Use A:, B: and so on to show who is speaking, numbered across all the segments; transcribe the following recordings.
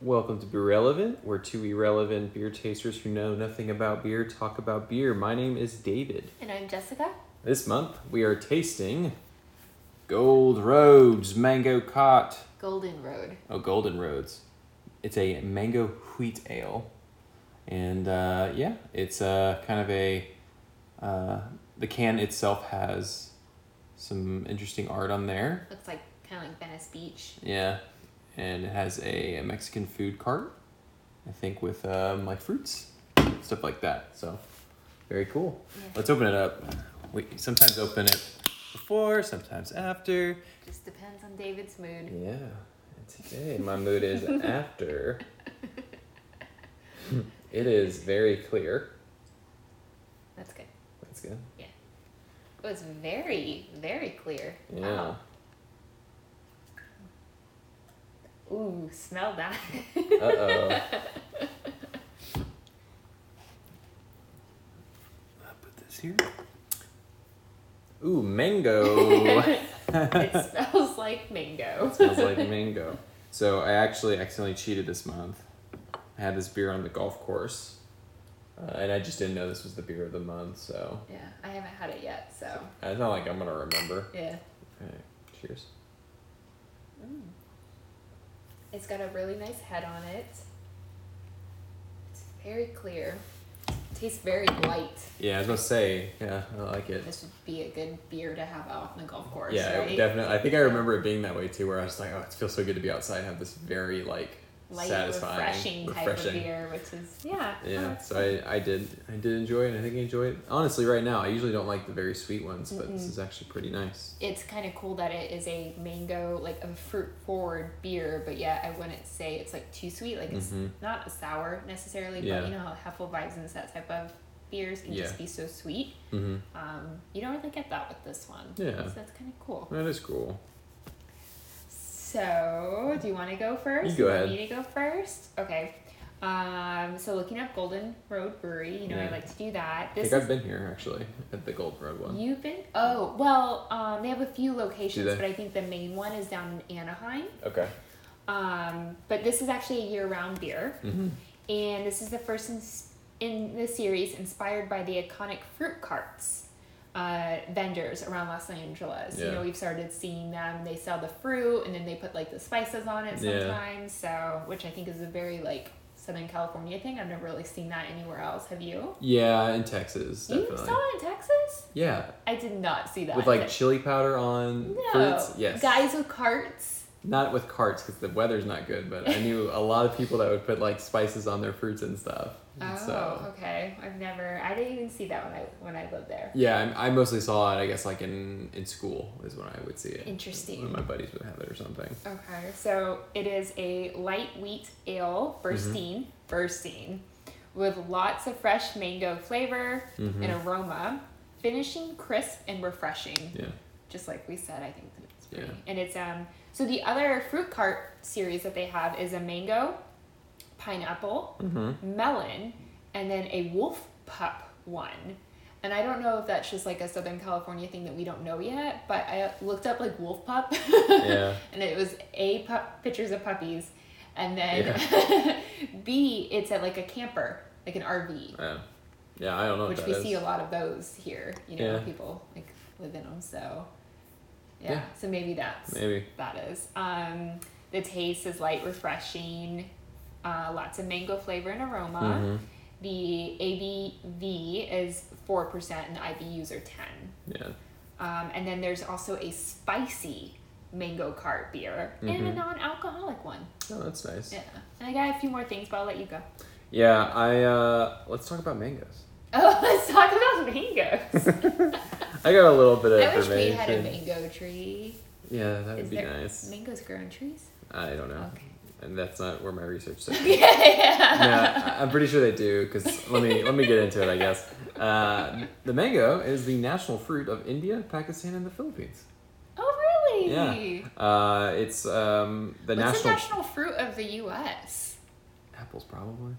A: Welcome to Be Relevant, where two irrelevant beer tasters who know nothing about beer talk about beer. My name is David.
B: And I'm Jessica.
A: This month we are tasting Gold Roads Mango Cot.
B: Golden Road.
A: Oh, Golden Roads. It's a mango wheat ale, and uh, yeah, it's uh, kind of a. Uh, the can itself has some interesting art on there.
B: Looks like kind of like Venice Beach.
A: Yeah, and it has a, a Mexican food cart, I think with um, like fruits, stuff like that. So, very cool.
B: Yeah.
A: Let's open it up. We sometimes open it before, sometimes after.
B: Just depends on David's mood.
A: Yeah, and today my mood is after. it is very clear.
B: That's good.
A: That's good.
B: It was very, very clear.
A: Yeah.
B: Wow. Ooh, smell that.
A: Uh oh. Put this here. Ooh, mango.
B: it smells like mango.
A: It smells like mango. So I actually accidentally cheated this month. I had this beer on the golf course, uh, and I just didn't know this was the beer of the month. So
B: yeah, I haven't had it yet, so
A: it's not like I'm gonna remember.
B: yeah. Mm.
A: Okay, cheers.
B: It's got a really nice head on it. It's very clear. Tastes very light.
A: Yeah, I was gonna say. Yeah, I like it.
B: This would be a good beer to have out on the golf course.
A: Yeah, it
B: right?
A: definitely. I think I remember it being that way too, where I was like, "Oh, it feels so good to be outside." and Have this very like
B: Light,
A: satisfying,
B: refreshing, type of beer, Oh, which is yeah.
A: Yeah, so I, I did I did enjoy it. and I think I enjoy it. Honestly, right now I usually don't like the very sweet ones, but this
B: Mm-mm.
A: is actually pretty nice.
B: it's kind of cool that it is a mango, like a fruit forward beer, but yeah, I wouldn't say it's like too sweet. Like it's
A: Mhm.
B: not a sour necessarily,
A: Yeah.
B: but you know how Hefeweizens, that type of beers can
A: Yeah.
B: just be so sweet.
A: Mm-hmm.
B: Um, you don't really get that with this one.
A: Yeah.
B: So that's kind of cool.
A: That is cool.
B: So, do you want to go first?
A: You go
B: You want
A: ahead.
B: me to go first? Okay. Um, so looking up Golden Road Brewery, you know
A: Yeah.
B: I like to do that.
A: I
B: This
A: think I've
B: is,
A: been here actually at the Gold Road one.
B: you've been oh well, um, they have a few locations,
A: they?
B: but I think the main one is down in Anaheim.
A: Okay.
B: Um, but this is actually a year-round beer,
A: Mm-hmm.
B: and this is the first in, in the series inspired by the iconic fruit carts uh, vendors around Los Angeles. You
A: Yeah.
B: know, we've started seeing them. They sell the fruit, and then they put like the spices on it
A: Yeah.
B: sometimes. So, which I think is a very like Southern California thing. I've never really seen that anywhere else. Have you?
A: Yeah, in Texas,
B: You
A: definitely.
B: saw it in Texas?
A: Yeah,
B: I did not see that.
A: with like chili powder on
B: no
A: fruits. Yes.
B: guys with carts.
A: Not with carts because the weather's not good, but I knew a lot of people that would put like spices on their fruits and stuff.
B: Oh,
A: And Mm, so
B: okay. I've never. I didn't even see that when I when I lived there.
A: Yeah, I, I mostly saw it. I guess like in in school is when I would see it.
B: Interesting.
A: When my buddies would have it or something.
B: Okay, so it is a light wheat ale, bursting,
A: Mm-hmm.
B: bursting, with lots of fresh mango flavor
A: Mm-hmm.
B: and aroma, finishing crisp and refreshing.
A: Yeah.
B: Just like we said, I think that it's
A: Yeah.
B: pretty. And it's um. So the other fruit cart series that they have is a mango, pineapple,
A: Mm-hmm.
B: melon, and then a wolf pup one. And I don't know if that's just like a Southern California thing that we don't know yet, but I looked up like wolf pup.
A: Yeah.
B: and it was a pup pictures of puppies, and then B it's at like a camper, like an RV,
A: Yeah. Yeah, I don't know
B: which
A: what
B: we
A: Oh, that
B: see
A: is.
B: a lot of those here. You know,
A: Yeah.
B: people like live in them. So yeah,
A: Yeah.
B: so maybe that's
A: Maybe.
B: that is. Um, the taste is light, refreshing, uh, lots of mango flavor and aroma.
A: Mm-hmm.
B: The ABV is four percent, and the IBUs are ten.
A: Yeah.
B: Um, and then there's also a spicy mango cart beer and
A: Mm-hmm.
B: a non-alcoholic one.
A: Oh, that's nice.
B: Yeah, and I got a few more things, but I'll let you go.
A: Yeah, I uh let's talk about mangoes.
B: Oh, let's talk about mangoes.
A: I got a little bit of
B: I wish we
A: information.
B: had a mango tree.
A: Yeah, that would
B: Is
A: be
B: there
A: nice.
B: mangoes grow on trees?
A: I don't know.
B: Okay.
A: And that's not where my research says.
B: yeah.
A: yeah, I- I'm pretty sure they do. Cause let me let me get into it. I guess uh, the mango is the national fruit of India, Pakistan, and the Philippines.
B: Oh, really?
A: Yeah, uh, it's um, the
B: What's
A: national
B: the national fruit of the U.S.?
A: apples probably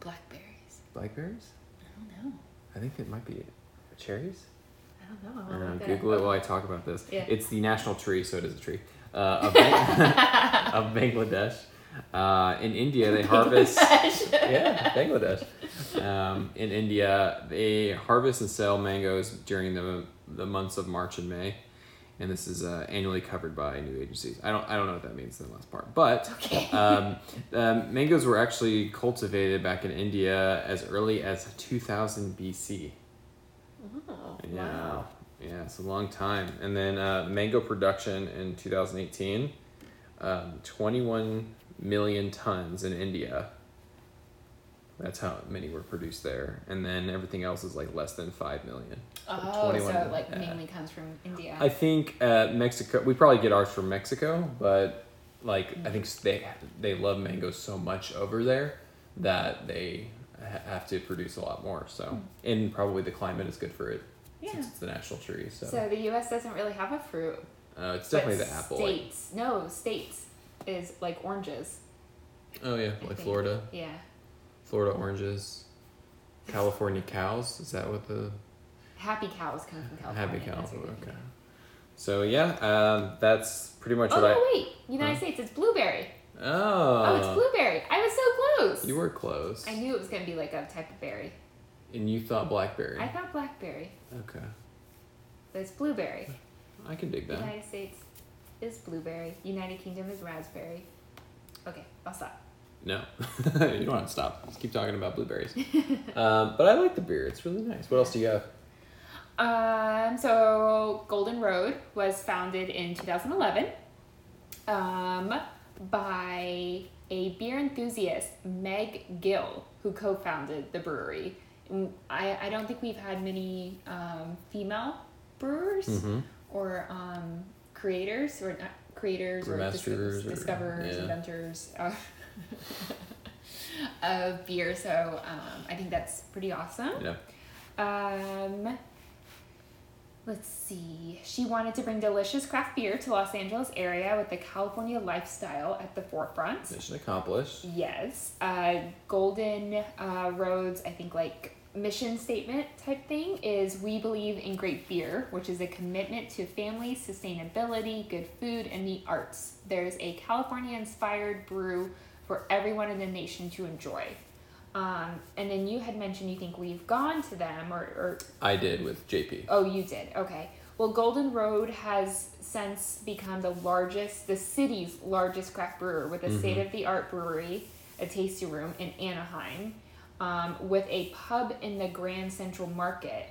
B: Blackberries.
A: blackberries.
B: I don't know.
A: I think it might be cherries.
B: I don't know.
A: I
B: I'll
A: don't know,
B: look it
A: Google it
B: up.
A: while I talk about this.
B: Oh, Yeah.
A: It's the national tree, so it is a tree uh, of, Bang- of Bangladesh. Uh, in India, they harvest. yeah, Bangladesh. Um, in India, they harvest and sell mangoes during the the months of March and May, and this is uh, annually covered by new agencies. I don't I don't know what that means in the last part, but
B: Okay.
A: um, um, mangoes were actually cultivated back in India as early as two thousand BC.
B: Oh,
A: Yeah.
B: Wow.
A: Yeah, it's a long time. And then uh, mango production in 2018, um, 21 million tons in India. That's how many were produced there. And then everything else is like less than 5 million.
B: Oh, so
A: 21
B: it like
A: yeah.
B: mainly comes from India.
A: I think uh, Mexico, we probably get ours from Mexico, but like I think they, they love mangoes so much over there that they ha- have to produce a lot more. So, and probably the climate is good for it.
B: Hmm. yeah.
A: Since it's the national tree,
B: So the U.S. doesn't really have a fruit.
A: Uh, it's definitely
B: but
A: the apple. like-
B: States, no, states is like oranges.
A: oh yeah,
B: I
A: like
B: think.
A: Florida,
B: Yeah.
A: Florida oranges, California cows. Is that what the
B: Happy cows come from California.
A: happy cow?
B: that's what you're
A: Okay.
B: thinking.
A: So yeah, um, that's pretty much
B: Oh
A: what
B: no! Wait, United
A: Huh?
B: States. It's blueberry.
A: I. Oh.
B: oh, it's blueberry. I was so close.
A: You were close.
B: I knew it was gonna be like a type of berry.
A: And you thought blackberry.
B: I thought blackberry.
A: okay,
B: But it's blueberry.
A: I can dig that.
B: United States is blueberry. United Kingdom is raspberry. Okay, I'll stop.
A: No, you don't want to stop. Just keep talking about blueberries. um, but I like the beer. It's really nice. What else do you have?
B: Um, so Golden Road was founded in 2011 um, by a beer enthusiast, Meg Gill, who co founded the brewery. And I, I don't think we've had many um, female brewers
A: Mhm.
B: or um, creators or not creators or dis-
A: Brewmasters or-
B: discoverers,
A: yeah.
B: inventors of, of beer. So um, I think that's pretty awesome.
A: Yeah.
B: Um, let's see. She wanted to bring delicious craft beer to Los Angeles area with the California lifestyle at the forefront.
A: Mission accomplished.
B: Yes. Uh, Golden uh, Roads, I think like mission statement type thing is we believe in great beer, which is a commitment to family, sustainability, good food, and the arts. There's a California inspired brew for everyone in the nation to enjoy. Um, and then you had mentioned you think we've gone to them or, or
A: I did with JP.
B: Oh, you did. Okay. Well, Golden Road has since become the largest, the city's largest craft brewer with a
A: Mm-hmm.
B: state of the art brewery, a tasty room in Anaheim, um, with a pub in the Grand Central Market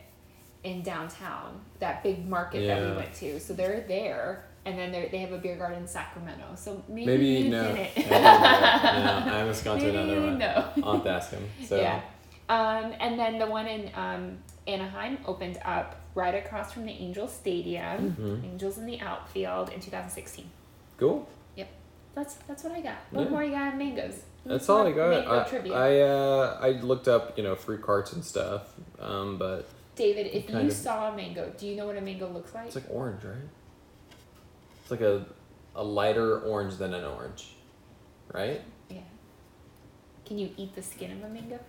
B: in downtown, that big market that we
A: Yeah.
B: went to. So they're there. And then they're- they have a beer garden in Sacramento. So maybe,
A: Maybe
B: you
A: no.
B: didn't.
A: Maybe no. No, I haven't gone to
B: Maybe
A: another
B: you
A: one.
B: know.
A: I'll have to ask him. So
B: Yeah. Um, and then the one in um, Anaheim opened up right across from the Angels Stadium,
A: Mm.
B: Angels in the outfield in 2016.
A: Mm-hmm. cool.
B: Yep. That's that's what I got. What
A: Yeah.
B: more you got on mangoes?
A: That's all I got.
B: Mango
A: I
B: trivia.
A: I, uh, I looked up you know fruit carts and stuff, um, but
B: David, if
A: Kind
B: you
A: of.
B: saw a mango, do you know what a mango looks like?
A: it's like orange, right? It's like a a lighter orange than an orange, right?
B: yeah. Can you eat the skin of a mango?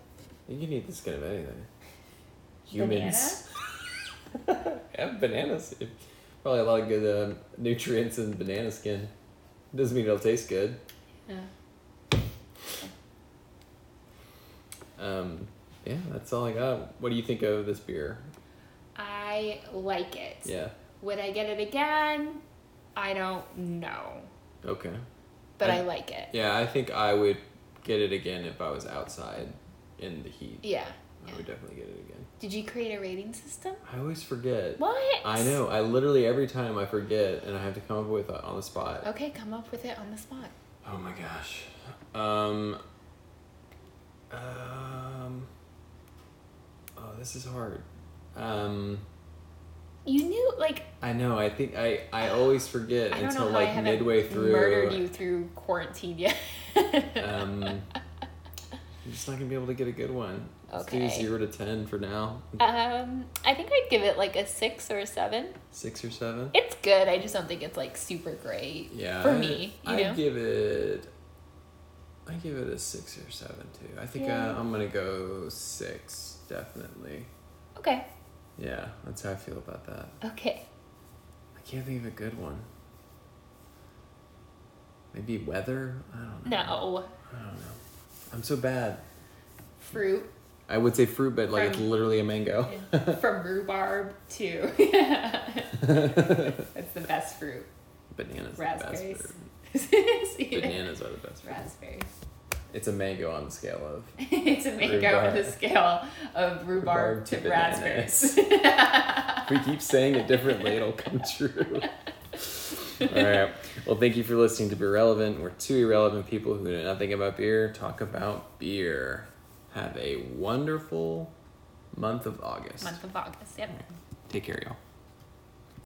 A: You can eat the skin of anything. Humans. yeah, bananas. It- Probably a lot of good uh, nutrients in banana skin. Doesn't mean it'll taste good.
B: Yeah.
A: Um, yeah, that's all I got. What do you think of this beer?
B: I like it.
A: Yeah.
B: Would I get it again? I don't know,
A: Okay.
B: but
A: I-
B: I like it.
A: Yeah, I think I would get it again if I was outside in the heat.
B: Yeah.
A: I would definitely get it again.
B: Did you create a rating system?
A: I always forget.
B: What?
A: I know. I literally every time I forget and I have to come up with it on the spot.
B: Okay, come up with it on the spot.
A: Oh my gosh. Um. Um. Oh, this is hard. Um.
B: You knew, like,
A: I know. I think I I always forget
B: I don't
A: until
B: know how I
A: like
B: haven't
A: midway through.
B: murdered you through quarantine yet.
A: Um, I'm just not gonna be able to get a good one. Let's do
B: Okay.
A: zero to ten for now.
B: um, I think I'd give it like a six or a seven.
A: Six or seven.
B: It's good. I just don't think it's like super great.
A: Yeah.
B: For
A: I-
B: me, you
A: I
B: know?
A: give it. I give it a six or seven too. I think
B: Yeah.
A: uh, I'm gonna go six definitely.
B: Okay.
A: Yeah, that's how I feel about that.
B: Okay.
A: I can't think of a good one. Maybe weather? I don't know.
B: No.
A: I don't know. I'm so bad.
B: Fruit
A: I would say fruit, but like it's
B: From-
A: literally a mango.
B: from rhubarb to that's the best fruit.
A: Bananas are the best
B: Raspberries.
A: fruit.
B: See?
A: Bananas are the best fruit.
B: Raspberries.
A: It's a mango on the scale of.
B: it's a mango
A: Rhubarb.
B: on the scale of rhubarb,
A: Rhubarb
B: to,
A: to
B: raspberries.
A: If we keep saying it differently, it'll come true. All right. Well, thank you for listening to Be Relevant. We're two irrelevant people who know nothing about beer. Talk about beer. Have a wonderful month of August.
B: Month of August. Yep.
A: Take care, y'all.